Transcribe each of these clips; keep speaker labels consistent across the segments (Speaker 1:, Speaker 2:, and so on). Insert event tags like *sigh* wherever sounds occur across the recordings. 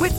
Speaker 1: With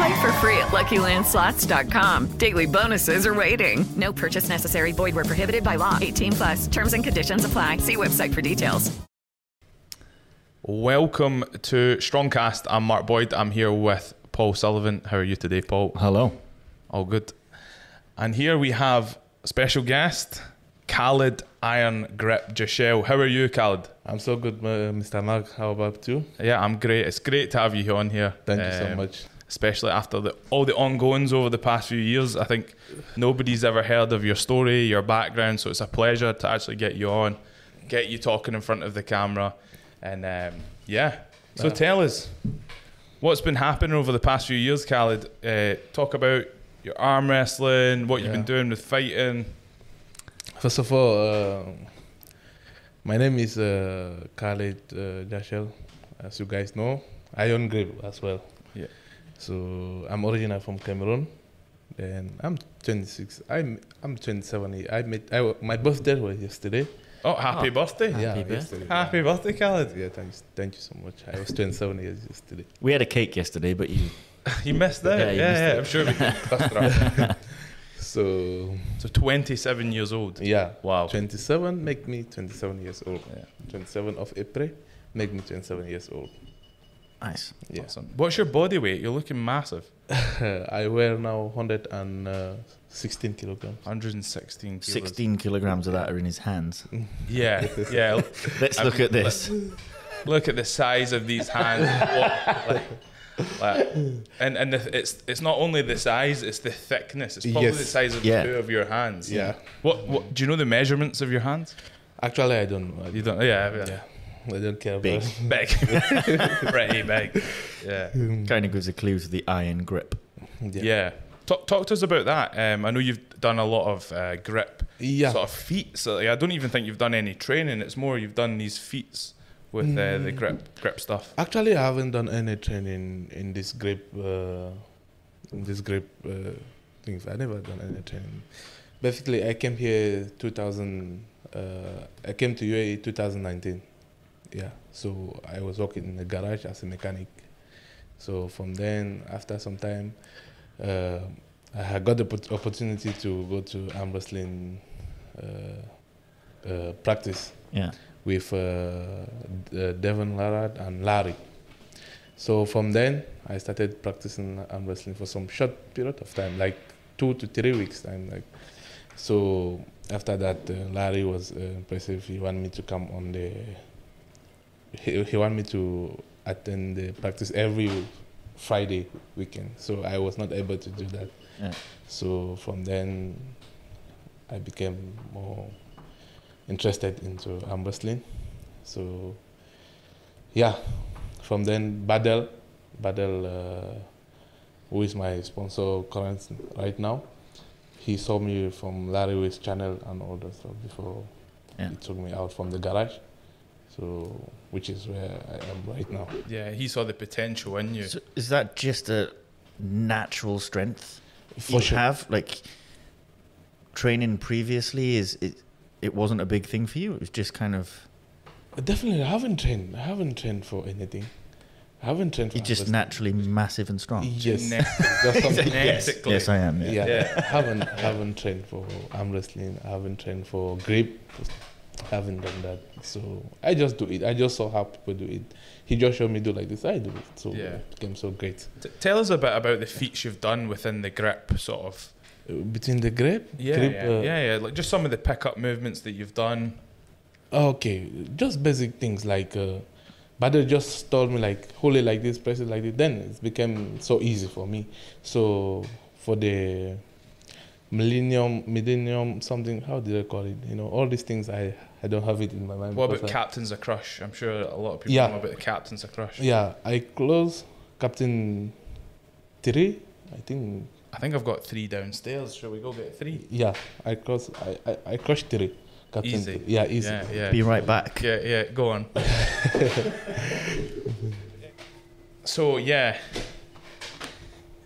Speaker 1: Play for free at LuckyLandSlots.com. Daily bonuses are waiting. No purchase necessary. Void where prohibited by law. 18 plus. Terms and conditions apply. See website for details.
Speaker 2: Welcome to Strongcast. I'm Mark Boyd. I'm here with Paul Sullivan. How are you today, Paul?
Speaker 3: Hello.
Speaker 2: All good. And here we have special guest, Khalid Iron Grip Jashel. How are you, Khalid?
Speaker 4: I'm so good, uh, Mr. Mark. How about you?
Speaker 2: Yeah, I'm great. It's great to have you on here. Um,
Speaker 4: Thank you so much.
Speaker 2: Especially after the, all the ongoings over the past few years. I think nobody's ever heard of your story, your background, so it's a pleasure to actually get you on, get you talking in front of the camera. And um, yeah, so tell us what's been happening over the past few years, Khalid. Uh, talk about your arm wrestling, what you've
Speaker 4: Yeah.
Speaker 2: been doing with fighting.
Speaker 4: First of all, uh, my name is uh, Khalid uh, Jashel, as you guys know. Iron Grip as well.
Speaker 2: Yeah.
Speaker 4: So I'm originally from Cameroon. Then I'm 26. I'm I'm 27. here. I met. I, wa- my birthday was yesterday.
Speaker 2: Oh, happy birthday!
Speaker 4: yeah,
Speaker 3: birthday.
Speaker 4: yesterday.
Speaker 2: Happy birthday, Khalid.
Speaker 4: Yeah, thanks. Thank you so much. I was 27 years yesterday.
Speaker 3: We had a cake yesterday, but you.
Speaker 2: You missed out.
Speaker 3: Yeah,
Speaker 2: Yeah,
Speaker 3: you
Speaker 2: yeah,
Speaker 3: missed
Speaker 2: I'm sure. We can cluster up.
Speaker 4: So
Speaker 2: so 27 years old.
Speaker 4: yeah.
Speaker 2: Wow.
Speaker 4: 27 make me 27 years old.
Speaker 2: Yeah.
Speaker 4: 27 of April make me 27 years old.
Speaker 3: Nice.
Speaker 4: Yeah.
Speaker 2: Awesome. What's your body weight? You're looking massive.
Speaker 4: *laughs* I weigh now 116 kilograms.
Speaker 2: 116 kilos.
Speaker 3: 16 kilograms of that are in
Speaker 2: *laughs*
Speaker 3: his hands.
Speaker 2: Yeah, yeah.
Speaker 3: Let's
Speaker 2: I
Speaker 3: look
Speaker 2: mean, *laughs*
Speaker 3: at this.
Speaker 2: Look at the size of these
Speaker 4: *laughs*
Speaker 2: hands. What- like- like- and and the, it's it's not only the size, it's the thickness. It's probably
Speaker 4: Yes.
Speaker 2: the size of
Speaker 3: Yeah.
Speaker 2: two of your hands.
Speaker 4: Yeah.
Speaker 2: What what do you know the measurements of your hands?
Speaker 4: Actually, I don't know. I
Speaker 2: You
Speaker 4: don't,
Speaker 2: don't. Yeah. yeah.
Speaker 4: yeah. I don't care
Speaker 3: Big.
Speaker 4: about
Speaker 2: Big. *laughs* Pretty big. Yeah.
Speaker 3: kind of gives a clue to the iron grip.
Speaker 2: Yeah. Talk, talk to us about that. Um, I know you've done a lot of uh, grip
Speaker 4: Yeah.
Speaker 2: sort of feats. So, like, I don't even think you've done any training. It's more you've done these feats with uh,
Speaker 4: Mm.
Speaker 2: the grip grip stuff.
Speaker 4: Actually, I haven't done any training in this grip, uh, in this grip uh, things. I never done any training. Basically, I came here 2000. Uh, I came to E UAE 2019. Yeah, so I was working in the garage as a mechanic. So from then, after some time, uh, I had got the oppor- opportunity to go to arm wrestling uh, uh, practice
Speaker 3: Yeah.
Speaker 4: with uh, D- uh, Devon Larrard and Larry. So from then, I started practicing arm wrestling for some short period of time, like two to three weeks time. Like, so after that, uh, Larry was uh, impressive. He wanted me to come on the. He, he wanted me to attend the practice every Friday weekend. So I was not able to do that.
Speaker 3: Yeah.
Speaker 4: So from then, I became more interested into arm wrestling. So yeah, from then Badel, Badel, uh, who is my sponsor current right now, he saw me from Larry Way's channel and all that stuff before
Speaker 3: Yeah.
Speaker 4: he took me out from the garage. So which is where I am right now.
Speaker 2: Yeah, he saw the potential in you.
Speaker 3: So is that just a natural strength
Speaker 4: For
Speaker 3: you
Speaker 4: sure.
Speaker 3: have? Like training previously is it it wasn't a big thing for you. It was just kind of
Speaker 4: Definitely, I haven't trained. I haven't trained for anything. I haven't trained for.
Speaker 3: it's just
Speaker 4: hyperst-
Speaker 3: naturally massive and strong.
Speaker 4: Yes,
Speaker 2: Genetic-
Speaker 4: *laughs* that's something. Yes.
Speaker 2: Genetically.
Speaker 3: Yes, I am. Yeah.
Speaker 4: Yeah, I haven't haven't trained for arm wrestling. I haven't trained for grip. I haven't done that. So I just do it. I just saw how people do it. He just showed me do like this. I do it. So
Speaker 2: Yeah.
Speaker 4: it became so great.
Speaker 2: T- tell us a bit about the feats you've done within the grip, sort of.
Speaker 4: Uh, Between the grip,
Speaker 2: Yeah,
Speaker 4: grip,
Speaker 2: yeah,
Speaker 4: uh,
Speaker 2: yeah, yeah. Like just some of the pickup movements that you've done.
Speaker 4: Oh, Okay, just basic things like, uh, but they just told me like hold it like this, press it like this. Then it became so easy for me. So for the millennium, millennium something, how did I call it? You know, all these things I I don't have it in my mind.
Speaker 2: What
Speaker 4: because
Speaker 2: about
Speaker 4: I-
Speaker 2: Captain's a Crush? I'm sure a lot of people
Speaker 4: Yeah.
Speaker 2: know about the Captain's a Crush.
Speaker 4: Yeah, I close Captain Three. I think
Speaker 2: I think I've got three downstairs. Shall we go get three?
Speaker 4: yeah, I close I I, I crush Three. Captain
Speaker 2: Easy.
Speaker 4: Three. Yeah, easy.
Speaker 2: Yeah, yeah.
Speaker 3: Be right back.
Speaker 2: Yeah, yeah, go on. so, yeah,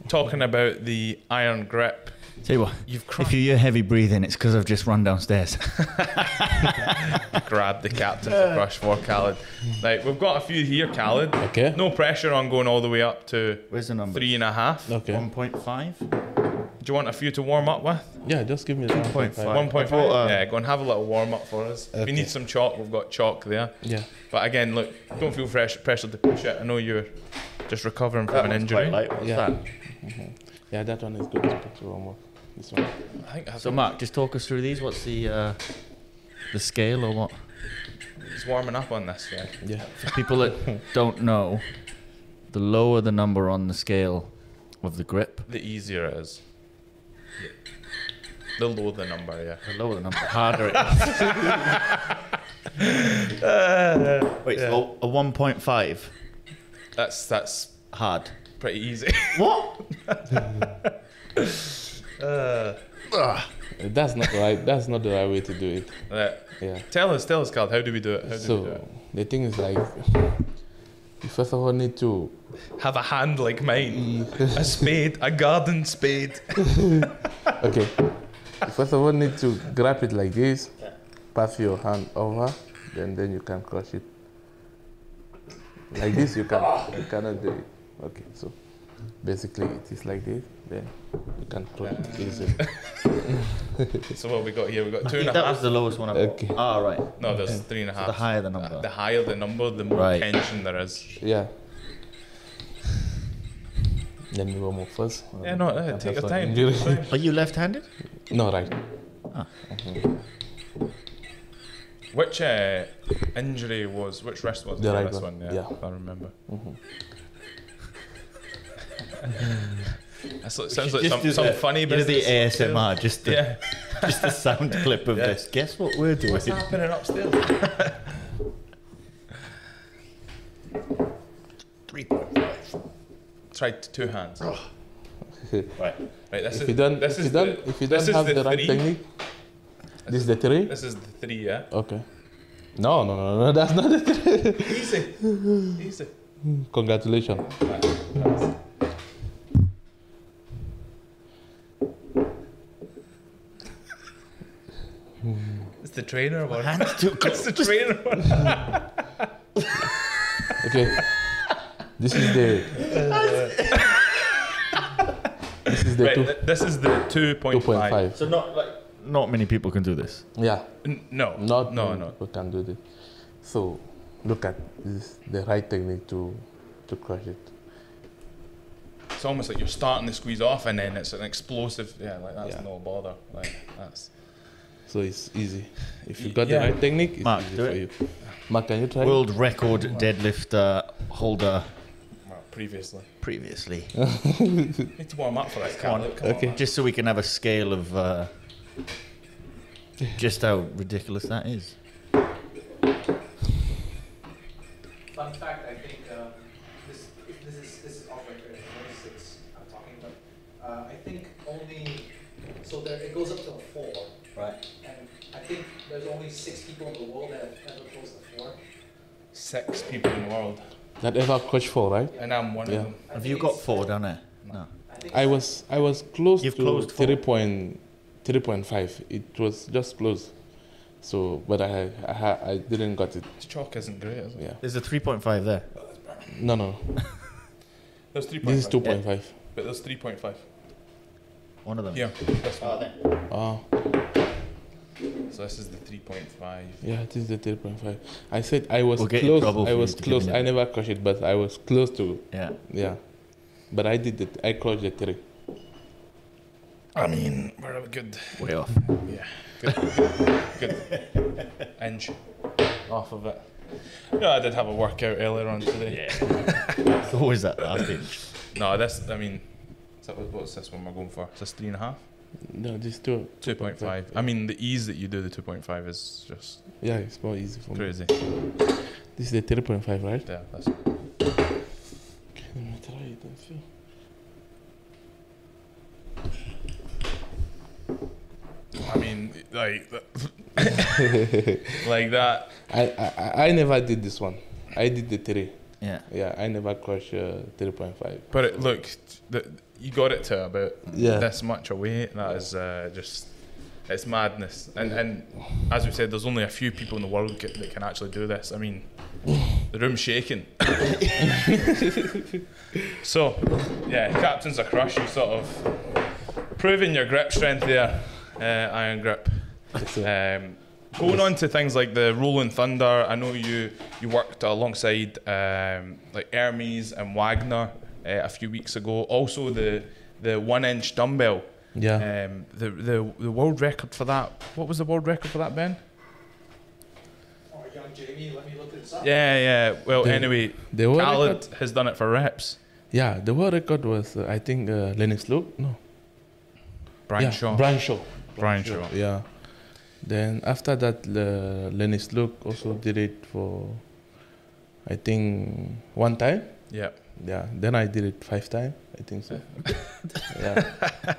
Speaker 2: talking about the iron grip,
Speaker 3: Tell you what,
Speaker 2: you've crushed,
Speaker 3: if you hear heavy breathing, it's because I've just run downstairs.
Speaker 2: grabbed the captain to crush for Khaled. Like, we've got a few here, Khaled.
Speaker 4: Okay.
Speaker 2: No pressure on going all the way up to
Speaker 3: Where's the number?
Speaker 2: three and a half. Do
Speaker 4: Okay.
Speaker 3: 1.5.
Speaker 2: you want a few to warm up with?
Speaker 4: Yeah, just give me the point five.
Speaker 2: 1.5.
Speaker 3: brought, um,
Speaker 2: yeah, go and have a little warm up for us. If
Speaker 4: Okay.
Speaker 2: you need some chalk, we've got chalk there.
Speaker 4: Yeah.
Speaker 2: But again, look, don't feel fresh, pressured to push it. I know you're just recovering from an injury.
Speaker 4: yeah. Mm-hmm. Yeah, that one is good. to put to one more. This one.
Speaker 2: I think I've
Speaker 3: So, Mark, just talk us through these. What's the uh, the scale or what?
Speaker 2: It's warming up on this, yeah.
Speaker 4: Yeah.
Speaker 3: For people *laughs* that don't know, the lower the number on the scale of the grip,
Speaker 2: The easier it is. The lower the number, yeah.
Speaker 3: the lower the number, the harder it is. *laughs* Wait, so a 1.5
Speaker 2: That's that's
Speaker 3: hard.
Speaker 2: pretty easy. *laughs*
Speaker 3: What?
Speaker 4: That's not the right. That's not the right way to do it.
Speaker 2: Right.
Speaker 4: Yeah.
Speaker 2: Tell us, tell us, Carl, how do we do it? How do we do
Speaker 4: So
Speaker 2: it?
Speaker 4: the thing is like, you first of all need to. *laughs*
Speaker 2: Have a hand like mine. a spade, a garden spade.
Speaker 4: Okay. You first of all need to grab it like this. Pass your hand over, then then you can crush it. Like this you can you cannot do it. Okay. So basically it is like this. Then you can crush it easily.
Speaker 2: So what we got here? We got two and a
Speaker 3: That was
Speaker 2: half.
Speaker 3: the lowest one I've
Speaker 4: Okay.
Speaker 3: got. Ah, right.
Speaker 2: No, there's three and a half.
Speaker 3: The higher the number.
Speaker 2: The higher the number, the more
Speaker 3: Right.
Speaker 2: tension there is.
Speaker 4: Yeah. Let me go more first.
Speaker 2: Yeah, no, uh, take your
Speaker 4: That's
Speaker 2: time.
Speaker 4: what-
Speaker 2: Take your time.
Speaker 3: Are you left handed?
Speaker 4: *laughs* No, right.
Speaker 2: Which uh, injury was? Which wrist was? it?
Speaker 4: The right
Speaker 2: this
Speaker 4: one,
Speaker 2: one. Yeah,
Speaker 4: yeah. Mm-hmm.
Speaker 2: I remember. *laughs* That's like- sounds like some, some funny
Speaker 3: bit of the
Speaker 2: business.
Speaker 3: ASMR, just
Speaker 4: *laughs*
Speaker 3: the,
Speaker 2: Yeah,
Speaker 3: just the sound clip of this. Guess what we're doing?
Speaker 2: what's happening
Speaker 4: *laughs*
Speaker 2: upstairs?
Speaker 3: 3.5.
Speaker 2: Try t- two hands. *laughs* Right,
Speaker 3: Right.
Speaker 2: this
Speaker 4: If
Speaker 2: is
Speaker 4: you don't,
Speaker 2: this
Speaker 4: if
Speaker 2: is
Speaker 4: you don't,
Speaker 2: the,
Speaker 4: if you
Speaker 2: this
Speaker 4: don't
Speaker 2: is
Speaker 4: have the, right
Speaker 2: three.
Speaker 4: technique, Oh. this is the three.
Speaker 2: This is the three, yeah.
Speaker 4: Okay. No, no, no, *laughs* no. That's not it.
Speaker 2: Easy, easy.
Speaker 4: Congratulations.
Speaker 2: It's the trainer one.
Speaker 3: Hands too close.
Speaker 2: It's the trainer one.
Speaker 4: Okay. *laughs* this is the. this is the
Speaker 2: Right,
Speaker 4: two,
Speaker 2: th- this is the two point
Speaker 4: 2.5.
Speaker 3: So not like not many people can do this.
Speaker 4: Yeah.
Speaker 2: No,
Speaker 4: Not
Speaker 2: no,
Speaker 4: many
Speaker 2: no.
Speaker 4: people can do this. So, look at this. The right technique to, to crush it.
Speaker 2: It's almost like you're starting to squeeze off, and then it's an explosive. Yeah, like that's
Speaker 4: Yeah.
Speaker 2: no bother. Like that's.
Speaker 4: So it's easy. If you
Speaker 2: Y-
Speaker 4: got
Speaker 2: yeah.
Speaker 4: the right technique, it's
Speaker 3: Mark,
Speaker 4: easy
Speaker 3: do
Speaker 4: for
Speaker 3: it.
Speaker 4: you. Mark, can you try?
Speaker 3: World record deadlifter holder
Speaker 2: Well, previously.
Speaker 3: previously.
Speaker 2: Need to warm up for this, Carl. Come on.
Speaker 4: Okay.
Speaker 2: man.
Speaker 3: Just so we can have a scale of uh, just how ridiculous that is.
Speaker 5: Fun fact, I think um, this if this is this is off record. I know six. I'm talking about. Uh, I think only so there it goes up to a four,
Speaker 3: Right.
Speaker 5: and I think there's only six people in the world that have ever closed a four.
Speaker 2: Six people in the world,
Speaker 4: That ever coach for, right?
Speaker 2: and I'm one
Speaker 4: Yeah.
Speaker 2: of them.
Speaker 3: Have you got four down there? No.
Speaker 4: I was I was close
Speaker 3: You've
Speaker 4: to
Speaker 3: closed four.
Speaker 4: three point three point five. It was just close. So, but I I, ha- I didn't got it.
Speaker 2: This chalk isn't great, is it?
Speaker 4: Yeah.
Speaker 3: There's a 3.5 there.
Speaker 4: No,
Speaker 3: *laughs*
Speaker 4: no.
Speaker 2: There's 3.5.
Speaker 4: This is two point five.
Speaker 2: But there's 3.5.
Speaker 3: One of them.
Speaker 2: Yeah. This one.
Speaker 4: Oh,
Speaker 2: So this is the 3.5.
Speaker 4: yeah. This is the three point five. I said I was
Speaker 3: We'll get in
Speaker 4: close.
Speaker 3: trouble
Speaker 4: I
Speaker 3: for you
Speaker 4: was
Speaker 3: to give
Speaker 4: close.
Speaker 3: me
Speaker 4: I
Speaker 3: that.
Speaker 4: never crushed it, but I was close to.
Speaker 3: Yeah.
Speaker 4: Yeah. But I did it. I crushed the three.
Speaker 2: I mean, we're a good,
Speaker 3: Way off.
Speaker 2: yeah, good, good inch off of it. You know, I did have a workout earlier on today. Yeah.
Speaker 3: *laughs* It's always that last inch.
Speaker 2: No, this, I mean, is that what- what's this one we're going for? Is this three and a half?
Speaker 4: No, this two.
Speaker 2: 2.5. I mean, the ease that you do the 2.5 is just
Speaker 4: Yeah, it's more easy for me.
Speaker 2: crazy.
Speaker 4: This is the three point five, right?
Speaker 2: Yeah, that's
Speaker 4: Let me try it and see.
Speaker 2: I mean, like, that,
Speaker 4: *laughs*
Speaker 2: like that.
Speaker 4: I, I I- I never did this one. I did the three.
Speaker 3: Yeah.
Speaker 4: Yeah, I never crushed uh, three point five.
Speaker 2: But it, look, the, you got it to about
Speaker 4: Yeah.
Speaker 2: this much away. That is uh, just, it's madness. And, and as we said, there's only a few people in the world ca- that can actually do this. I mean, the room's shaking. so, yeah, captain's a crush. You sort of proving your grip strength there, uh, iron grip. Um, going on to things like the Rolling Thunder, I know you you worked alongside um, like Hermes and Wagner uh, a few weeks ago. Also the the one inch dumbbell.
Speaker 4: Yeah.
Speaker 2: Um, the, the the world record for that. What was the world record for that, Ben?
Speaker 6: Or Oh, young Jamie, let me look this up.
Speaker 2: Yeah, yeah. Well,
Speaker 4: The-
Speaker 2: anyway,
Speaker 4: the world
Speaker 2: Khaled has done it for reps.
Speaker 4: Yeah, the world record was uh, I think uh, Lennox Luke. No.
Speaker 2: Brian
Speaker 4: yeah,
Speaker 2: Shaw.
Speaker 4: Brian Shaw.
Speaker 2: Brian Shaw.
Speaker 4: Yeah. Then after that, uh, Lennox Luke also did it for, I think one time.
Speaker 2: Yeah.
Speaker 4: Yeah. Then I did it five times. I think so. yeah.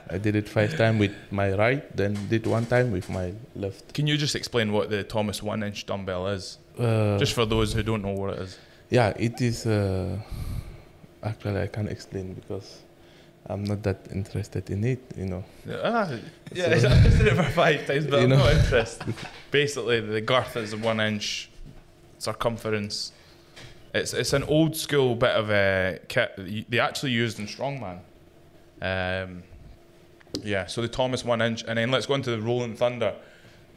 Speaker 4: I did it five times with my right. Then did one time with my left.
Speaker 2: Can you just explain what the Thomas one inch dumbbell is,
Speaker 4: Uh,
Speaker 2: just for those who don't know what it is?
Speaker 4: Yeah, it is. Uh, actually, I can't explain because I'm not that interested in it. You know.
Speaker 2: *laughs* Ah, yeah, I just did it for five times, but
Speaker 4: You
Speaker 2: I'm
Speaker 4: know.
Speaker 2: *laughs* not interested. Basically, the girth is a one inch circumference. It's it's an old school bit of a kit that you- they actually used in strongman. Um, yeah, so the Thomas one inch, and then let's go into the Rolling Thunder.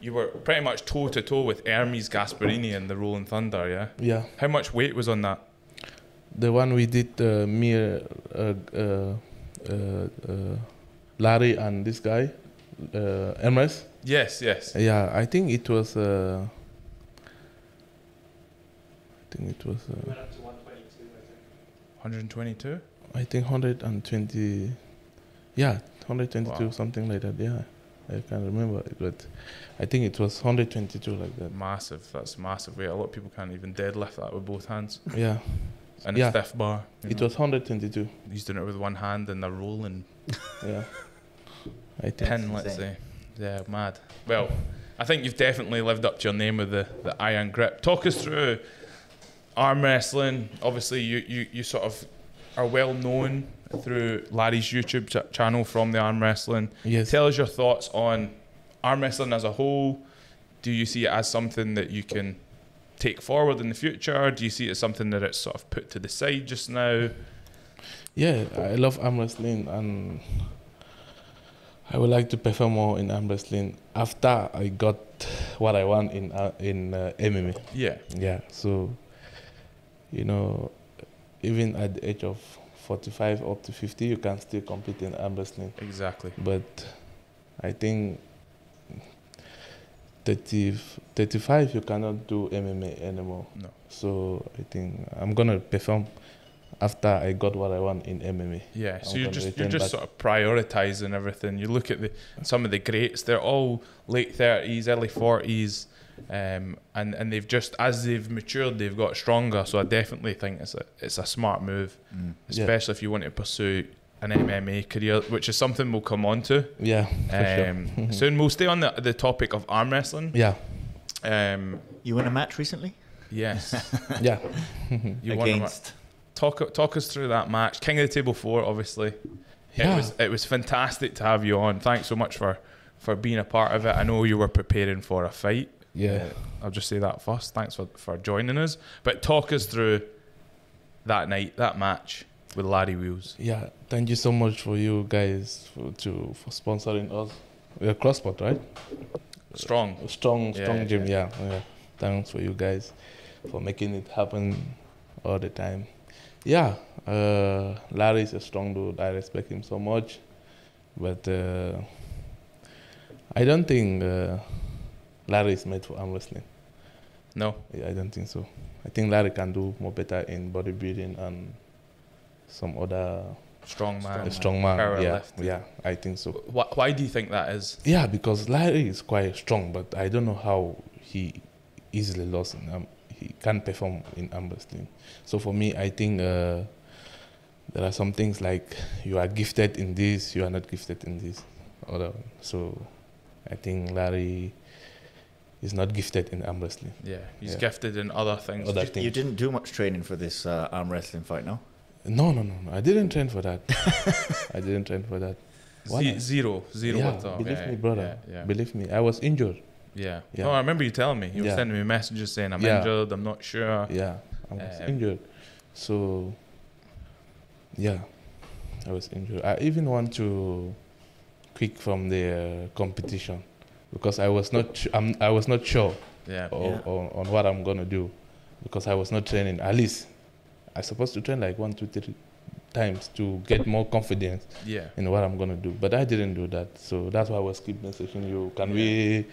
Speaker 2: You were pretty much toe to toe with Hermes Gasparini in the Rolling Thunder. Yeah,
Speaker 4: Yeah.
Speaker 2: how much weight was on that?
Speaker 4: The one we did, uh, me, uh, uh, uh, uh, Larry, and this guy, uh, Hermes.
Speaker 2: Yes, yes.
Speaker 4: Yeah, I think it was. Uh, I think it was.
Speaker 6: We
Speaker 4: Uh,
Speaker 6: went up to 122, I think.
Speaker 2: 122.
Speaker 4: I think 120. Yeah, 122
Speaker 2: Wow.
Speaker 4: something like that. Yeah, I can't remember, but I think it was 122 like that.
Speaker 2: Massive. That's massive weight. A lot of people can't even deadlift that with both hands.
Speaker 4: Yeah,
Speaker 2: and
Speaker 4: Yeah.
Speaker 2: a stiff bar. you
Speaker 4: it
Speaker 2: know.
Speaker 4: was 122.
Speaker 2: he's doing it with one hand and a rolling
Speaker 4: *laughs* Yeah, I think.
Speaker 2: pin, let's say. Yeah, mad. Well, I think you've definitely lived up to your name with the, the iron grip. Talk us through arm wrestling. Obviously, you, you, you sort of are well known through Larry's YouTube ch- channel from the arm wrestling.
Speaker 4: Yes.
Speaker 2: Tell us your thoughts on arm wrestling as a whole. Do you see it as something that you can take forward in the future? Do you see it as something that it's sort of put to the side just now?
Speaker 4: Yeah, I love arm wrestling and I would like to perform more in arm wrestling after I got what I want in uh, in uh, MMA.
Speaker 2: Yeah.
Speaker 4: Yeah, so you know, even at the age of 45 up to 50, you can still compete in arm wrestling.
Speaker 2: Exactly.
Speaker 4: But I think 30, 35, you cannot do MMA anymore.
Speaker 2: No.
Speaker 4: So I think I'm gonna perform after I got what I want in MMA.
Speaker 2: Yeah, so
Speaker 4: I'm
Speaker 2: you're
Speaker 4: gonna
Speaker 2: just you're
Speaker 4: return
Speaker 2: just
Speaker 4: back.
Speaker 2: sort of prioritizing everything. You look at the some of the greats; they're all late thirties, early forties, um, and and they've just as they've matured, they've got stronger. So I definitely think it's a it's a smart move,
Speaker 4: Mm. Yeah.
Speaker 2: especially if you want to pursue an MMA career, which is something we'll come on to
Speaker 4: Yeah, for
Speaker 2: um,
Speaker 4: *laughs* sure.
Speaker 2: soon. We'll stay on the the topic of arm wrestling.
Speaker 4: yeah,
Speaker 2: Um,
Speaker 3: You won a match recently?
Speaker 4: *laughs*
Speaker 2: yes, *laughs*
Speaker 4: yeah,
Speaker 2: you want to
Speaker 3: Against.
Speaker 2: talk talk us through that match, King of the Table Four, obviously.
Speaker 4: Yeah.
Speaker 2: It was it was fantastic to have you on. Thanks so much for for being a part of it. I know you were preparing for a fight.
Speaker 4: Yeah.
Speaker 2: Uh, I'll just say that first. Thanks for, for joining us. But talk us through that night, that match with Larry Wheels.
Speaker 4: Yeah, thank you so much for you guys for, to for sponsoring us. We're Crossport, right?
Speaker 2: Strong.
Speaker 4: Strong,
Speaker 2: Yeah,
Speaker 4: strong
Speaker 2: yeah,
Speaker 4: gym. Yeah. yeah, Thanks for you guys for making it happen all the time. Yeah, uh, Larry is a strong dude. I respect him so much, but uh, I don't think uh, Larry is made for arm wrestling.
Speaker 2: No.
Speaker 4: Yeah, I don't think so. I think Larry can do more better in bodybuilding and some other
Speaker 2: Strong man.
Speaker 4: a strong man.
Speaker 2: Power
Speaker 4: yeah,
Speaker 2: lift.
Speaker 4: yeah, I think so.
Speaker 2: Why, why do you think that is?
Speaker 4: Yeah, because Larry is quite strong, but I don't know how he easily lost. In, um, he can't perform in arm wrestling. So for me, I think uh, there are some things like you are gifted in this, you are not gifted in this. or that one. So I think Larry is not gifted in arm wrestling.
Speaker 2: Yeah, he's
Speaker 4: Yeah.
Speaker 2: gifted in other things.
Speaker 4: Other
Speaker 2: Just-
Speaker 4: things.
Speaker 3: You didn't do much training for this uh, arm wrestling fight, no?
Speaker 4: No, no, no, no. I didn't train for
Speaker 2: *laughs*
Speaker 4: that. I didn't train for that. Why
Speaker 2: ze-
Speaker 4: not?
Speaker 2: zero, zero
Speaker 4: yeah,
Speaker 2: at all.
Speaker 4: believe
Speaker 2: Yeah,
Speaker 4: me, brother.
Speaker 2: Yeah, yeah.
Speaker 4: Believe me. I was injured.
Speaker 2: yeah.
Speaker 4: Yeah.
Speaker 2: No, I remember you telling me. You were
Speaker 4: Yeah.
Speaker 2: sending me messages saying I'm
Speaker 4: Yeah.
Speaker 2: injured. I'm not sure.
Speaker 4: Yeah, I was
Speaker 2: Um,
Speaker 4: injured. So, yeah, I was injured. I even want to quit from the uh, competition because I was not. su- I'm, I was not sure
Speaker 2: Yeah.
Speaker 4: o-
Speaker 3: Yeah.
Speaker 4: on, on what I'm gonna do because I was not training. At least I supposed to train like one, two, three times to get more confidence
Speaker 2: Yeah.
Speaker 4: in what I'm gonna do. But I didn't do that, so that's why I was keep messaging you. Can we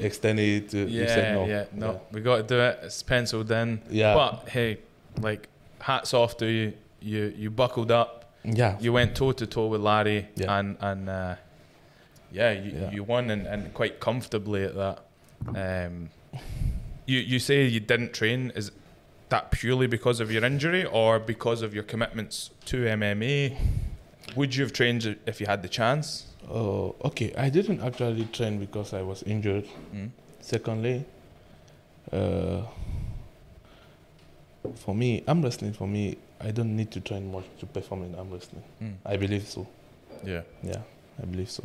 Speaker 4: extend it?
Speaker 2: Yeah.
Speaker 4: you said no.
Speaker 2: yeah. No, we got to do it. It's penciled in.
Speaker 4: Yeah.
Speaker 2: But hey, like hats off to you. You you buckled up.
Speaker 4: Yeah.
Speaker 2: You went toe to toe with Larry.
Speaker 4: Yeah.
Speaker 2: And and uh, yeah, you,
Speaker 4: Yeah.
Speaker 2: you won and, and quite comfortably at that. Um, you you say you didn't train is. That purely because of your injury or because of your commitments to MMA? Would you have trained if you had the chance?
Speaker 4: Oh, okay. I didn't actually train because I was injured.
Speaker 2: Mm.
Speaker 4: Secondly, uh, for me, arm wrestling, for me, I don't need to train much to perform in arm wrestling.
Speaker 2: Mm.
Speaker 4: I believe so.
Speaker 2: Yeah.
Speaker 4: Yeah, I believe so.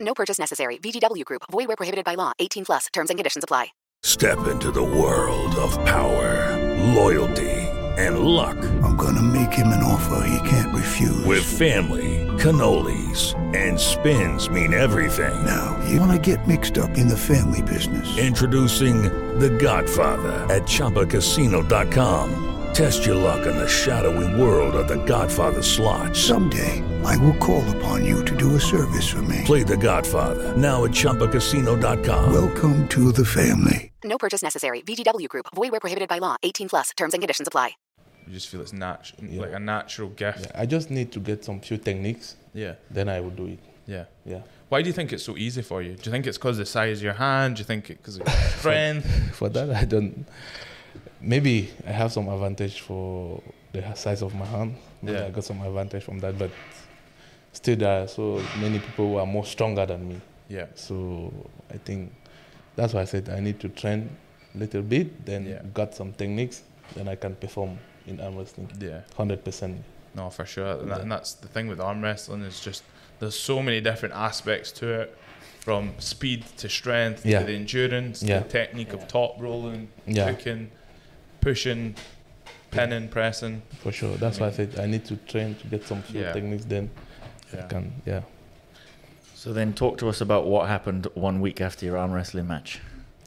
Speaker 7: No purchase necessary. VGW Group. Void where prohibited by law. 18 plus. Terms and conditions apply.
Speaker 8: Step into the world of power, loyalty, and luck.
Speaker 9: I'm gonna make him an offer he can't refuse.
Speaker 8: With family, cannolis, and spins mean everything. Now,
Speaker 9: You wanna get mixed up in the family business.
Speaker 8: Introducing The Godfather at ChumbaCasino.com. Test your luck in the shadowy world of The Godfather slot.
Speaker 9: Someday, I will call upon you to do a service for me.
Speaker 8: Play The Godfather now at ChumbaCasino.com.
Speaker 9: Welcome to the family.
Speaker 7: No purchase necessary. VGW Group. Void where prohibited by law. 18 plus. Terms and conditions apply.
Speaker 2: You just feel it's natu- like a natural gift.
Speaker 4: I just need to get some few techniques,
Speaker 2: Yeah.
Speaker 4: then I will do it.
Speaker 2: yeah,
Speaker 4: Yeah.
Speaker 2: Why do you think it's so easy for you? Do you think it's because the size of your hand? Do you think because of your strength?
Speaker 4: For that, I don't. Maybe I have some advantage for the ha- size of my hand. Maybe
Speaker 2: Yeah.
Speaker 4: I got some advantage from that, but still, there are so many people who are more stronger than me.
Speaker 2: Yeah,
Speaker 4: So I think that's why I said I need to train a little bit, then
Speaker 2: Yeah.
Speaker 4: got some techniques, then I can perform in arm wrestling.
Speaker 2: yeah.
Speaker 4: Hundred percent.
Speaker 2: No, for sure. And, that, and that's the thing with arm wrestling is just there's so many different aspects to it, from speed to strength
Speaker 4: Yeah.
Speaker 2: to the endurance,
Speaker 4: Yeah.
Speaker 2: the technique of top rolling,
Speaker 4: Yeah.
Speaker 2: hooking, pushing, pinning, pressing.
Speaker 4: For sure. That's why I said I need to train to get some few
Speaker 2: Yeah.
Speaker 4: techniques, then
Speaker 2: Yeah.
Speaker 4: I can. Yeah.
Speaker 3: So then talk to us about what happened one week after your arm wrestling match.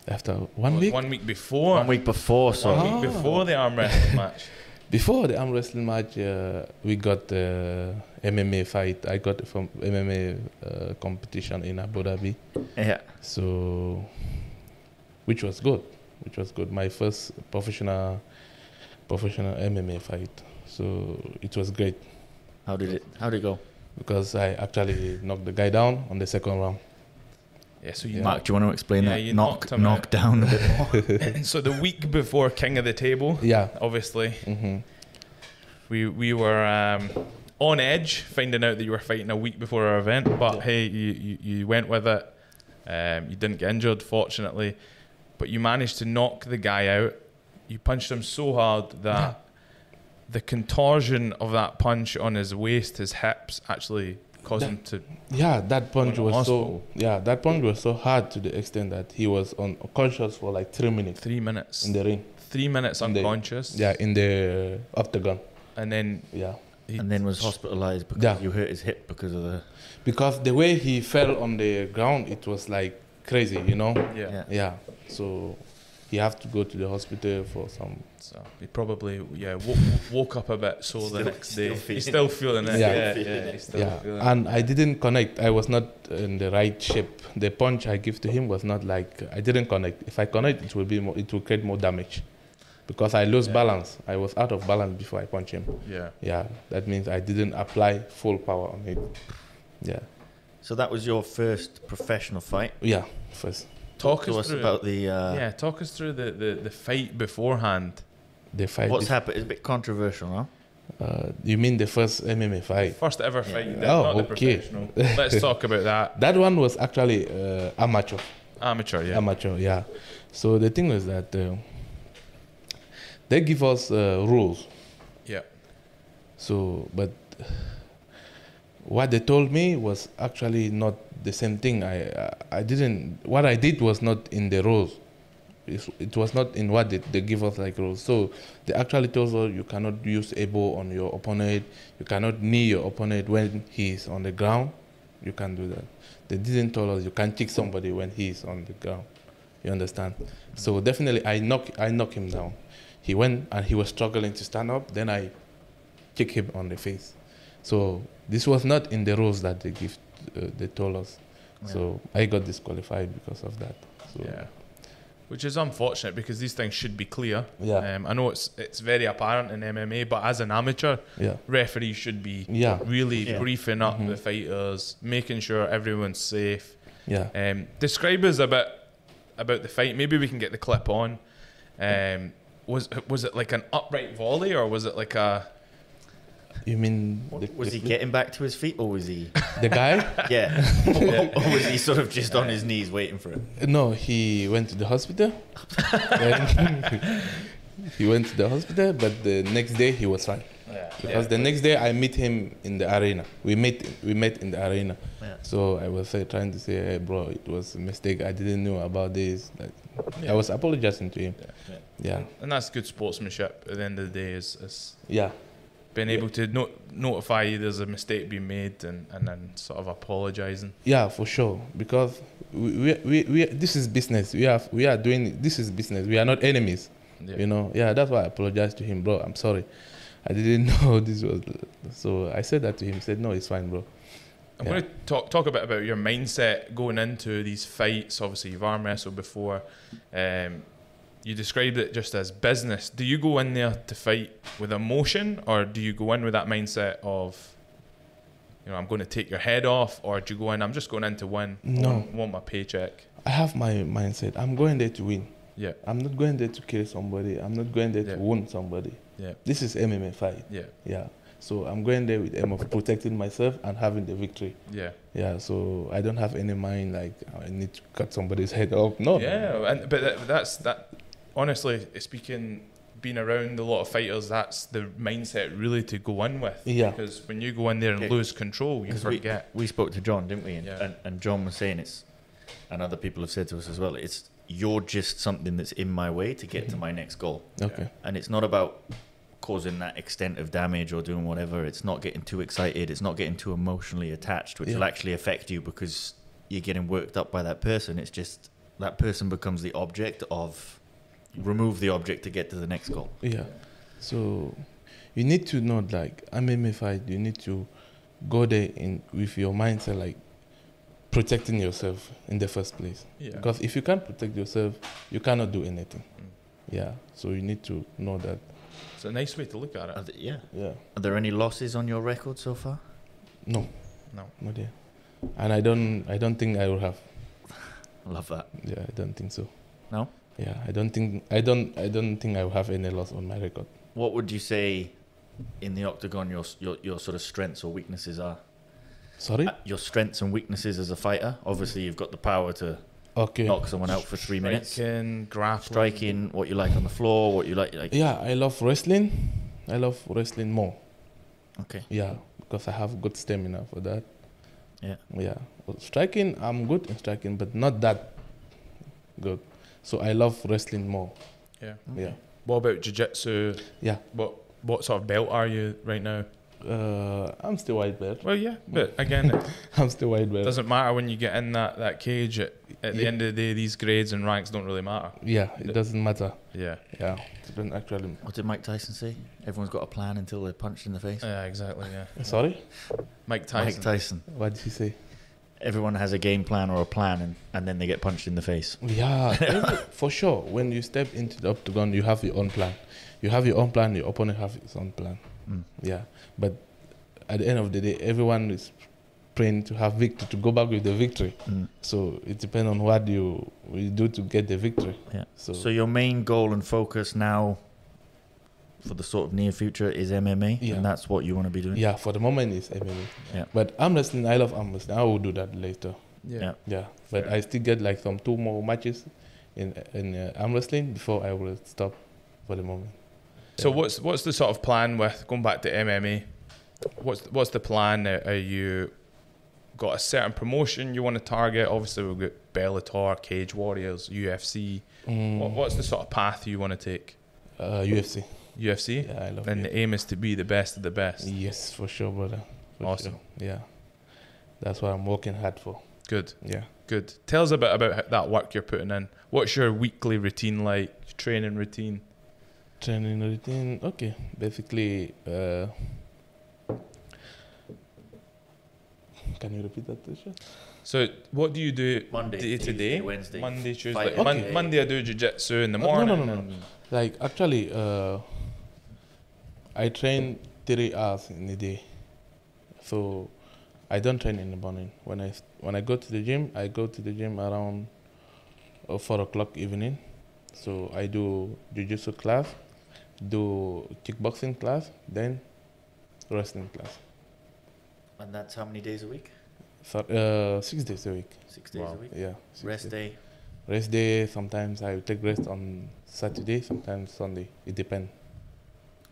Speaker 4: After one week.
Speaker 2: One week before.
Speaker 3: One week before, sorry.
Speaker 2: One week before the arm wrestling
Speaker 3: *laughs*
Speaker 2: match.
Speaker 4: Before the arm wrestling match, uh, we got uh, the MMA fight. I got from MMA uh, competition in Abu Dhabi.
Speaker 3: Yeah.
Speaker 4: So, which was good, which was good. My first professional, professional MMA fight. So it was great
Speaker 3: How did it how did it go?
Speaker 4: because I actually knocked the guy down on the second round.
Speaker 2: Yeah, so you
Speaker 10: Mark, do you want to explain
Speaker 2: Yeah,
Speaker 10: that?
Speaker 2: you
Speaker 10: Knock,
Speaker 2: knocked him
Speaker 10: knock
Speaker 2: out.
Speaker 10: down a bit
Speaker 2: *laughs*
Speaker 10: more.
Speaker 2: so the week before King of the Table,
Speaker 4: Yeah.
Speaker 2: obviously,
Speaker 4: Mm-hmm.
Speaker 2: we we were um, on edge finding out that you were fighting a week before our event. But hey, you, you you went with it. Um, you didn't get injured, fortunately, but you managed to knock the guy out. You punched him so hard that the contortion of that punch on his waist, his hips, actually caused him to.
Speaker 4: Yeah, that punch
Speaker 2: to
Speaker 4: was
Speaker 2: hospital.
Speaker 4: so yeah, that punch was so hard to the extent that he was unconscious for like three minutes.
Speaker 2: Three minutes
Speaker 4: in the ring.
Speaker 2: Three minutes
Speaker 4: In the-
Speaker 2: unconscious.
Speaker 4: yeah, in the uh, octagon.
Speaker 2: And then
Speaker 4: yeah,
Speaker 3: and then was hospitalized because
Speaker 4: Yeah.
Speaker 3: you hurt his hip because of the.
Speaker 4: Because the way he fell on the ground, it was like crazy, you know.
Speaker 2: Yeah. Yeah.
Speaker 4: Yeah. So he have to go to the hospital for some.
Speaker 2: So he probably yeah woke, woke up a bit sore the
Speaker 3: Still-
Speaker 2: next
Speaker 3: still
Speaker 2: day.
Speaker 3: feeling
Speaker 2: he's still
Speaker 3: it.
Speaker 2: feeling
Speaker 3: *laughs*
Speaker 2: it.
Speaker 4: Yeah.
Speaker 2: Yeah,
Speaker 3: Still
Speaker 2: yeah,
Speaker 3: feeling
Speaker 2: he's
Speaker 3: it.
Speaker 2: still
Speaker 4: yeah.
Speaker 2: feeling
Speaker 4: And
Speaker 2: it.
Speaker 4: I didn't connect. I was not in the right shape. The punch I give to him was not like I didn't connect. If I connect, it will be more, it will create more damage, because I lose balance. I was out of balance before I punch him.
Speaker 2: Yeah.
Speaker 4: Yeah. That means I didn't apply full power on it. Yeah.
Speaker 3: So that was your first professional fight.
Speaker 4: Yeah. First.
Speaker 2: Talk
Speaker 3: to
Speaker 2: us
Speaker 3: us
Speaker 2: through-
Speaker 3: about the. Uh,
Speaker 2: yeah, talk us through the, the, the fight beforehand.
Speaker 4: The fight.
Speaker 3: What's
Speaker 4: bef-
Speaker 3: happened? It's a bit controversial, huh?
Speaker 4: Uh, you mean the first MMA fight?
Speaker 2: First ever fight. you did,
Speaker 4: Oh,
Speaker 2: not the
Speaker 4: okay.
Speaker 2: professional. Let's talk about that.
Speaker 4: That one was actually uh, amateur.
Speaker 2: Amateur, yeah.
Speaker 4: Amateur, yeah. So the thing was that uh, they give us uh, rules.
Speaker 2: Yeah.
Speaker 4: So, but what they told me was actually not the same thing. I I I didn't. What I did was not in the rules. It's, it was not in what they, they give us like rules. So they actually told us you cannot use elbow on your opponent. You cannot knee your opponent when he is on the ground. You can do that. They didn't tell us you can kick somebody when he is on the ground. You understand? So definitely, I knock I knock him down. He went and he was struggling to stand up. Then I kick him on the face. So this was not in the rules that they give uh, they told us. So I got disqualified because of that. So
Speaker 2: Yeah. Which is unfortunate because these things should be clear.
Speaker 4: Yeah.
Speaker 2: Um, I know it's it's very apparent in MMA, but as an amateur,
Speaker 4: Yeah.
Speaker 2: referees should be
Speaker 4: Yeah. Mm-hmm.
Speaker 2: really
Speaker 4: Yeah.
Speaker 2: briefing up the fighters, making sure everyone's safe.
Speaker 4: Yeah.
Speaker 2: Um, describe us a bit about the fight. Maybe we can get the clip on. Um, was was it like an upright volley or was it like a
Speaker 4: You mean
Speaker 3: was he getting back to his feet, or was
Speaker 2: *laughs*
Speaker 3: he
Speaker 4: The guy?
Speaker 3: yeah, *laughs* or, or was he sort of just on his knees waiting for it?
Speaker 4: No, he went to the hospital. *laughs* Then he went to the hospital, but the next day he was fine.
Speaker 3: Yeah.
Speaker 4: Because
Speaker 3: Yeah.
Speaker 4: the next day I met him in the arena. We met we met in the arena.
Speaker 3: Yeah.
Speaker 4: So I was uh, trying to say, hey, bro, it was a mistake. I didn't know about this. Like,
Speaker 2: Yeah.
Speaker 4: I was apologizing to him.
Speaker 2: Yeah.
Speaker 4: yeah.
Speaker 2: And that's good sportsmanship at the end of the day is, is
Speaker 4: Yeah.
Speaker 2: being able to no- notify you there's a mistake being made and, and then sort of apologizing.
Speaker 4: Yeah, for sure. Because we, we, we, we this is business. We have we are doing this is business. We are not enemies.
Speaker 2: Yeah.
Speaker 4: You know. Yeah, that's why I apologized to him, bro. I'm sorry. I didn't *laughs* know this was. So I said that to him. He said, "No, it's fine, bro."
Speaker 2: I'm
Speaker 4: Yeah.
Speaker 2: going to talk talk a bit about your mindset going into these fights. Obviously, you've arm wrestled before. Um, you described it just as business. Do you go in there to fight with emotion, or do you go in with that mindset of, you know, I'm going to take your head off, or do you go in? I'm just going in to win.
Speaker 4: No.
Speaker 2: want, want my paycheck.
Speaker 4: I have my mindset. I'm going there to win.
Speaker 2: Yeah.
Speaker 4: I'm not going there to kill somebody. I'm not going there
Speaker 2: Yeah.
Speaker 4: to wound somebody.
Speaker 2: Yeah.
Speaker 4: This is MMA fight.
Speaker 2: Yeah.
Speaker 4: Yeah. So I'm going there with aim of protecting myself and having the victory.
Speaker 2: Yeah.
Speaker 4: Yeah. So I don't have any mind like I need to cut somebody's head off. No.
Speaker 2: Yeah, and but that, that's that. Honestly, speaking, being around a lot of fighters, that's the mindset really to go in with.
Speaker 3: Yeah.
Speaker 2: Because when you go in there and
Speaker 3: Yeah.
Speaker 2: lose control, you
Speaker 3: 'Cause we-
Speaker 2: forget.
Speaker 3: We, spoke to John, didn't we? And,
Speaker 2: Yeah.
Speaker 3: and, and John was saying it's, and other people have said to us as well, it's you're just something that's in my way to get to my next goal.
Speaker 4: Okay.
Speaker 3: And it's not about causing that extent of damage or doing whatever. It's not getting too excited. It's not getting too emotionally attached, which
Speaker 4: Yeah.
Speaker 3: will actually affect you because you're getting worked up by that person. It's just that person becomes the object of remove the object to get to the next goal.
Speaker 4: Yeah. So you need to know like MMA fight, you need to go there in with your mindset like protecting yourself in the first place.
Speaker 2: Yeah.
Speaker 4: Because if you can't protect yourself, you cannot do anything. Yeah. So you need to know that.
Speaker 2: It's a nice way to look at it.
Speaker 3: yeah.
Speaker 4: Yeah.
Speaker 3: Are there any losses on your record so far?
Speaker 4: No.
Speaker 2: No.
Speaker 4: No dear. And I don't I don't think I will have.
Speaker 3: I love that.
Speaker 4: Yeah, I don't think so.
Speaker 3: No?
Speaker 4: Yeah, I don't think I don't I don't think I will have any loss on my record.
Speaker 3: What would you say in the octagon your your, your sort of strengths or weaknesses are?
Speaker 4: Sorry?
Speaker 3: Uh, your strengths and weaknesses as a fighter. Obviously, you've got the power to
Speaker 4: Okay.
Speaker 3: knock someone out for three minutes.
Speaker 2: Striking, grappling.
Speaker 3: Striking, what you like on the floor, what you like. like
Speaker 4: Yeah, I love wrestling. I love wrestling more.
Speaker 3: Okay.
Speaker 4: Yeah, because I have good stamina for that.
Speaker 3: Yeah.
Speaker 4: Yeah. Well, striking, I'm good in striking, but not that good. So I love wrestling more.
Speaker 2: Yeah.
Speaker 4: Yeah.
Speaker 2: What about jiu-jitsu?
Speaker 4: Yeah.
Speaker 2: What what sort of belt are you right now?
Speaker 4: Uh, I'm still white belt. *laughs*
Speaker 2: Well, yeah,
Speaker 3: Mm.
Speaker 2: but again, it
Speaker 4: I'm still white
Speaker 3: *laughs*
Speaker 4: belt.
Speaker 2: doesn't matter when you get in that, that cage. At, at the end of the day, these grades and ranks don't really matter.
Speaker 4: Yeah, it doesn't matter.
Speaker 2: Yeah.
Speaker 4: Yeah. It doesn't actually.
Speaker 3: What did Mike Tyson say? Everyone's got a plan until they're punched in the face.
Speaker 4: Uh,
Speaker 2: Yeah, exactly.
Speaker 3: *laughs*
Speaker 2: Yeah.
Speaker 4: Sorry?
Speaker 2: Mike
Speaker 3: Mike
Speaker 2: Tyson.
Speaker 3: Tyson.
Speaker 4: What did he say?
Speaker 3: Everyone has a game plan or a plan, and, and then they get punched in the face.
Speaker 4: Yeah, every- for sure. When you step into the octagon, you have your own plan. You have your own plan. Your opponent have his own plan.
Speaker 3: Mm.
Speaker 4: Yeah, but at the end of the day, everyone is praying to have victory to go back with the victory.
Speaker 3: Mm.
Speaker 4: So it depends on what you you do to get the victory.
Speaker 3: Yeah.
Speaker 4: So,
Speaker 3: So your main goal and focus now, for the sort of near future, is MMA,
Speaker 4: Yeah.
Speaker 3: and that's what you want to be doing.
Speaker 4: yeah, for the moment it's MMA.
Speaker 3: Yeah.
Speaker 4: But arm wrestling, I love arm wrestling. I will do that later.
Speaker 2: Yeah.
Speaker 3: Yeah.
Speaker 4: Yeah, but I still get like some two more matches in in uh, arm wrestling before I will stop for the moment.
Speaker 2: So what's what's the sort of plan with going back to MMA? What's what's the plan? Are are you got a certain promotion you want to target? Obviously, we've got Bellator, Cage Warriors, UFC.
Speaker 4: Mm.
Speaker 2: What, what's the sort of path you want to take?
Speaker 4: Uh, UFC.
Speaker 2: UFC.
Speaker 4: Yeah, I love
Speaker 2: And the aim is to be the best of the best.
Speaker 4: Yes, for sure, brother. For
Speaker 2: Awesome.
Speaker 4: sure. Yeah. That's what I'm working hard for.
Speaker 2: Good.
Speaker 4: Yeah.
Speaker 2: Good. Tell us a bit about how- that work you're putting in. What's your weekly routine like? Training routine.
Speaker 4: Training routine. Okay. Basically, uh, can you repeat that, Tisha?
Speaker 2: So what do you do
Speaker 3: Monday,
Speaker 2: day to day?
Speaker 3: Tuesday, Wednesday,
Speaker 2: Monday, Tuesday.
Speaker 3: fight
Speaker 2: Mon-
Speaker 3: day.
Speaker 2: Monday I do jiu-jitsu in the
Speaker 4: Uh,
Speaker 2: morning.
Speaker 4: No, no, no,
Speaker 2: and-
Speaker 4: no. Like, actually, uh, I train three hours in a day. So I don't train in the morning. When I, when I go to the gym, I go to the gym around uh, 4 o'clock evening. So I do jiu-jitsu class, do kickboxing class, then wrestling class.
Speaker 3: And that's how many days a week?
Speaker 4: So, uh, six days a week.
Speaker 3: Six days a week.
Speaker 4: Yeah. six
Speaker 3: Rest
Speaker 4: days.
Speaker 3: day.
Speaker 4: Rest day, sometimes I take rest on Saturday, sometimes Sunday. It depends.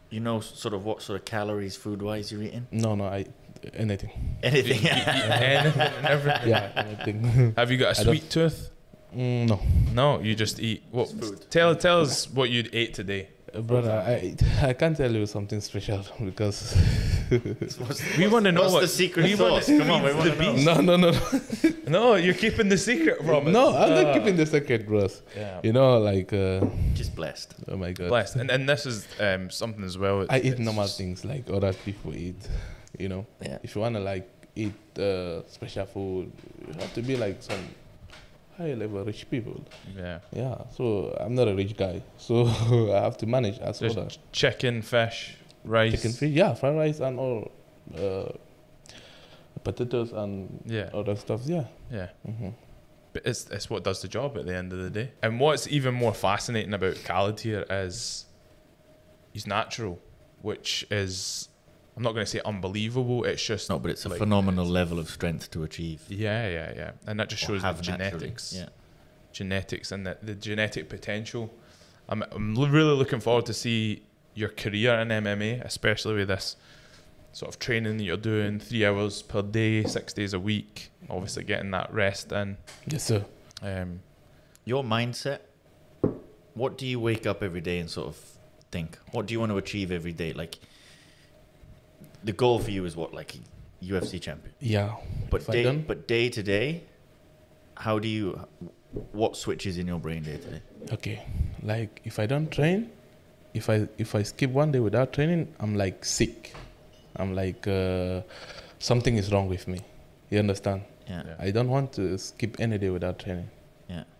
Speaker 3: You know, s- sort of what sort of calories, food wise, you're eating.
Speaker 4: No, no, I anything.
Speaker 3: *laughs*
Speaker 2: *laughs*
Speaker 3: Anything.
Speaker 4: *laughs*
Speaker 2: You- you eat anything and everything.
Speaker 4: Yeah,
Speaker 2: *laughs*
Speaker 4: anything.
Speaker 2: Have you got a
Speaker 4: I don't-
Speaker 2: sweet tooth?
Speaker 4: Mm, no,
Speaker 2: No, you just eat. What?
Speaker 3: food.
Speaker 2: Tell tell us what you ate today.
Speaker 4: Uh, brother, I I can't tell you something special *laughs* because
Speaker 2: We want to know
Speaker 3: What's
Speaker 2: what
Speaker 3: the secret
Speaker 2: we wanna
Speaker 3: sauce? Come on, we
Speaker 2: feed
Speaker 3: want
Speaker 2: the
Speaker 3: to know.
Speaker 2: beast.
Speaker 4: no, no, no, no,
Speaker 2: No, you're keeping the secret from us.
Speaker 4: no. I'm not
Speaker 2: Ah,
Speaker 4: keeping the secret, bros.
Speaker 2: Yeah.
Speaker 4: You know, like uh,
Speaker 3: Just blessed.
Speaker 4: oh my god,
Speaker 2: Blessed. And and this is um, something as well.
Speaker 4: I eat
Speaker 2: it's-
Speaker 4: normal things like other people eat. You know,
Speaker 3: Yeah.
Speaker 4: if you wanna like eat uh, special food, you have to be like some high level rich people.
Speaker 2: Yeah.
Speaker 4: Yeah, so I'm not a rich guy, *laughs* so I have to manage as
Speaker 2: Just
Speaker 4: well.
Speaker 2: chicken, fish, rice.
Speaker 4: chicken fish, yeah, fried rice and all uh, potatoes and
Speaker 2: Yeah.
Speaker 4: other stuff. Yeah,
Speaker 2: Yeah.
Speaker 4: hmm
Speaker 2: But it's it's what does the job at the end of the day. And what's even more fascinating about Khaled here is he's natural, which is I'm not going to say unbelievable. It's just
Speaker 3: No, but it's a
Speaker 2: like-
Speaker 3: phenomenal level of strength to achieve.
Speaker 2: Yeah, yeah, yeah. And that just
Speaker 3: or
Speaker 2: shows the
Speaker 3: have naturally.
Speaker 2: genetics.
Speaker 3: Yeah.
Speaker 2: genetics and the, the genetic potential. I'm, I'm l- really looking forward to see your career in MMA, especially with this sort of training that you're doing, three hours per day, six days a week. Obviously, getting that rest in.
Speaker 4: yes, sir.
Speaker 2: Um,
Speaker 3: Your mindset. What do you wake up every day and sort of think? What do you want to achieve every day? Like, the goal for you is what, like UFC champion.
Speaker 4: Yeah,
Speaker 3: But
Speaker 4: If I
Speaker 3: day,
Speaker 4: don't-
Speaker 3: but day to day, how do you? What switches in your brain day to day?
Speaker 4: okay. Like if I don't train, if I if I skip one day without training, I'm like sick. I'm like uh, something is wrong with me. You understand?
Speaker 3: Yeah.
Speaker 2: Yeah.
Speaker 3: yeah,
Speaker 4: I don't want to skip any day without training.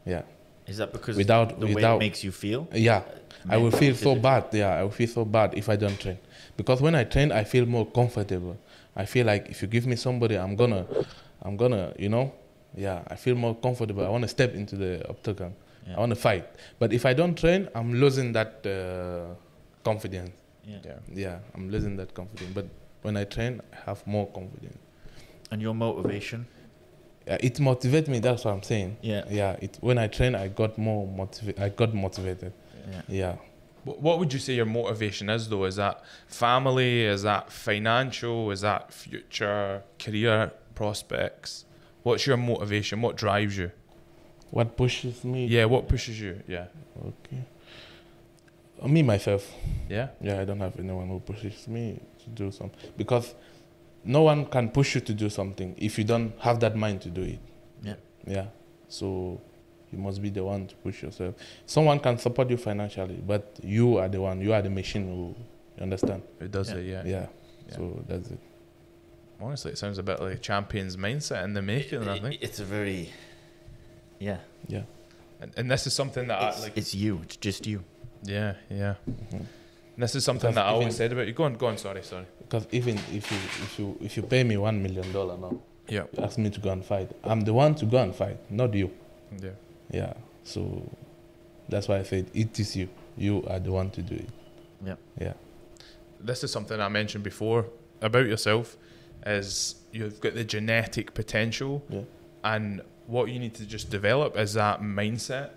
Speaker 4: Yeah,
Speaker 3: Is that because
Speaker 4: Without-
Speaker 3: the way
Speaker 4: without- Uh,
Speaker 3: it makes you feel?
Speaker 4: yeah. I will
Speaker 3: mentally,
Speaker 4: feel so
Speaker 3: physically?
Speaker 4: bad. Yeah, I will feel so bad if I don't train. Because when I train, I feel more comfortable. I feel like if you give me somebody, I'm gonna, I'm gonna, you know, yeah, I feel more comfortable. I want to step into the octagon. I want to fight. But if I don't train, I'm losing that uh, confidence.
Speaker 3: Yeah. Yeah.
Speaker 4: yeah, I'm losing that confidence. But when I train, I have more confidence.
Speaker 3: And your motivation?
Speaker 4: Yeah, it motivates me. That's what I'm saying.
Speaker 3: Yeah.
Speaker 4: yeah. It when I train, I got more motivated. I got motivated.
Speaker 3: Yeah.
Speaker 4: yeah.
Speaker 2: Wh- What would you say your motivation is though? Is that family? Is that financial? Is that future career prospects? What's your motivation? What drives you?
Speaker 4: What pushes me?
Speaker 2: Yeah, what pushes you? Yeah.
Speaker 4: Okay. Uh, Me myself.
Speaker 2: Yeah?
Speaker 4: Yeah, I don't have anyone who pushes me to do something because no one can push you to do something if you don't have that mind to do it.
Speaker 3: Yeah.
Speaker 4: Yeah. So you must be the one to push yourself. Someone can support you financially, but you are the one. You are the machine who you understand.
Speaker 2: It does it, yeah.
Speaker 4: Yeah. So that's it.
Speaker 2: Honestly, it sounds a bit like a champion's mindset in the making. I
Speaker 3: *laughs*
Speaker 2: think
Speaker 3: it's a very, yeah,
Speaker 4: yeah.
Speaker 2: And, and this is something
Speaker 3: Uh,
Speaker 2: that I, like
Speaker 3: it's you. It's just you.
Speaker 2: Yeah, yeah. And this is something
Speaker 4: Because
Speaker 2: that I
Speaker 4: even-
Speaker 2: always said about you. Go on, go on. Sorry, sorry.
Speaker 4: Because even if you if you if you pay me one million dollar now,
Speaker 2: Yeah.
Speaker 4: you ask me to go and fight. I'm the one to go and fight, not you.
Speaker 2: Yeah.
Speaker 4: Yeah. So that's why I said it is you. You are the one to do it.
Speaker 3: Yeah.
Speaker 4: Yeah.
Speaker 2: This is something I mentioned before about yourself. Is you've got the genetic potential,
Speaker 4: Yeah.
Speaker 2: and what you need to just develop is that mindset.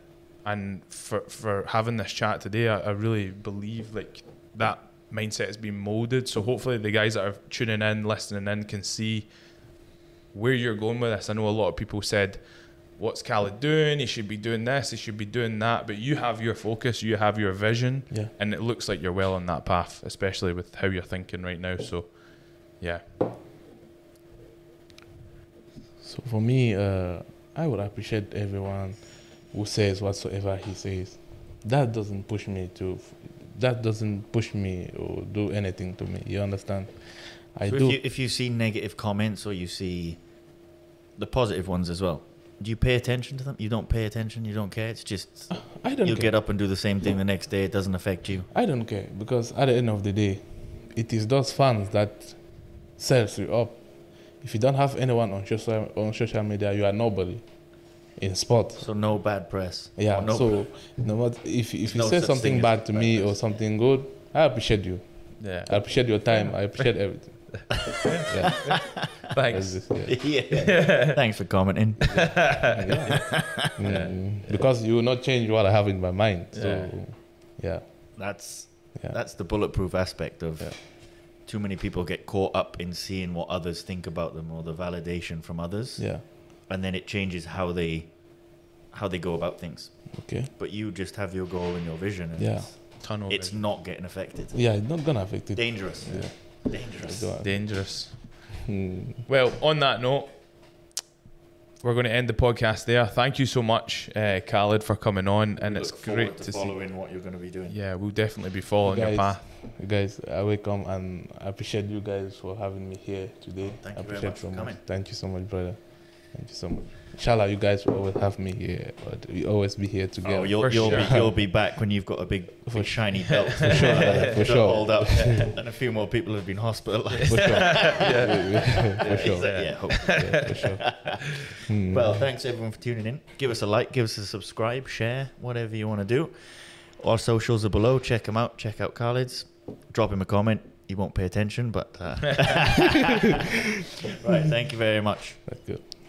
Speaker 2: And for for having this chat today, I, I really believe like that mindset has been molded. So hopefully, the guys that are tuning in, listening in, can see where you're going with this. I know a lot of people said, "What's Khaled doing? He should be doing this. He should be doing that." But you have your focus, you have your vision,
Speaker 4: Yeah.
Speaker 2: and it looks like you're well on that path, especially with how you're thinking right now. So, yeah,
Speaker 4: So for me, uh, I would appreciate everyone who says whatsoever he says. That doesn't push me to. That doesn't push me or do anything to me. You understand? I
Speaker 3: so
Speaker 4: do.
Speaker 3: If you, if you see negative comments or you see the positive ones as well, do you pay attention to them? You don't pay attention. You don't care. It's just
Speaker 4: I don't
Speaker 3: You'll
Speaker 4: care.
Speaker 3: get up and do the same thing the next day. It doesn't affect you.
Speaker 4: I don't care because at the end of the day, it is those fans that sells you up. If you don't have anyone on social on social media, you are nobody in sport.
Speaker 3: So no bad press.
Speaker 4: Yeah.
Speaker 3: Or no-
Speaker 4: so no matter if if you
Speaker 3: No
Speaker 4: say
Speaker 3: such
Speaker 4: something
Speaker 3: thing as
Speaker 4: bad to me or something good, I appreciate you.
Speaker 2: Yeah.
Speaker 4: I appreciate your time. I appreciate
Speaker 3: *laughs*
Speaker 4: everything. yeah.
Speaker 2: Thanks.
Speaker 4: That's it,
Speaker 3: Yeah. Thanks for commenting.
Speaker 4: Mm, Because you will not change what I have in my mind. So, yeah.
Speaker 3: That's
Speaker 4: Yeah.
Speaker 3: that's the bulletproof aspect of too many people get caught up in seeing what others think about them or the validation from others.
Speaker 4: Yeah.
Speaker 3: And then it changes how they how they go about things.
Speaker 4: Okay.
Speaker 3: But you just have your goal and your vision and
Speaker 4: Yeah.
Speaker 3: it's,
Speaker 2: Tunnel
Speaker 3: it's not getting affected.
Speaker 4: Yeah, it's not gonna affect it.
Speaker 3: Dangerous.
Speaker 4: Yeah.
Speaker 3: Dangerous.
Speaker 4: Go on.
Speaker 2: dangerous.
Speaker 4: Hmm.
Speaker 2: Well, on that note, we're going to end the podcast there. Thank you so much, uh, Khaled, for coming on, and it's
Speaker 3: Look forward
Speaker 2: great to, see.
Speaker 3: following what you're going to be doing.
Speaker 2: Yeah, we'll definitely be following your
Speaker 4: guys,
Speaker 2: path.
Speaker 4: you guys, I welcome and I appreciate you guys for having me here today.
Speaker 3: Thank
Speaker 4: I
Speaker 3: you very
Speaker 4: appreciate
Speaker 3: much
Speaker 4: so
Speaker 3: for coming.
Speaker 4: Thank you so much, brother. Thank you so much. Inshallah, you guys will always have me here. but We always be here together.
Speaker 3: Oh, you'll, you'll, be, you'll be back when you've got a big,
Speaker 4: *laughs*
Speaker 3: big shiny belt
Speaker 4: For sure,
Speaker 3: *laughs*
Speaker 4: yeah, for
Speaker 3: to
Speaker 4: sure. *laughs*
Speaker 3: hold up, and a few more people have been
Speaker 4: *laughs*
Speaker 3: hospitalised.
Speaker 4: For sure. Yeah. *laughs* For sure.
Speaker 3: *laughs* So, *laughs* yeah,
Speaker 4: *laughs*
Speaker 3: hope-
Speaker 4: Yeah, for sure. Hmm.
Speaker 3: Well, thanks everyone for tuning in. Give us a like, give us a subscribe, share, whatever you want to do. Our socials are below. Check them out. Check out Khaled's. Drop him a comment. He won't pay attention, but uh, *laughs*
Speaker 4: *laughs*
Speaker 3: right. Thank you very much.
Speaker 4: Thank you.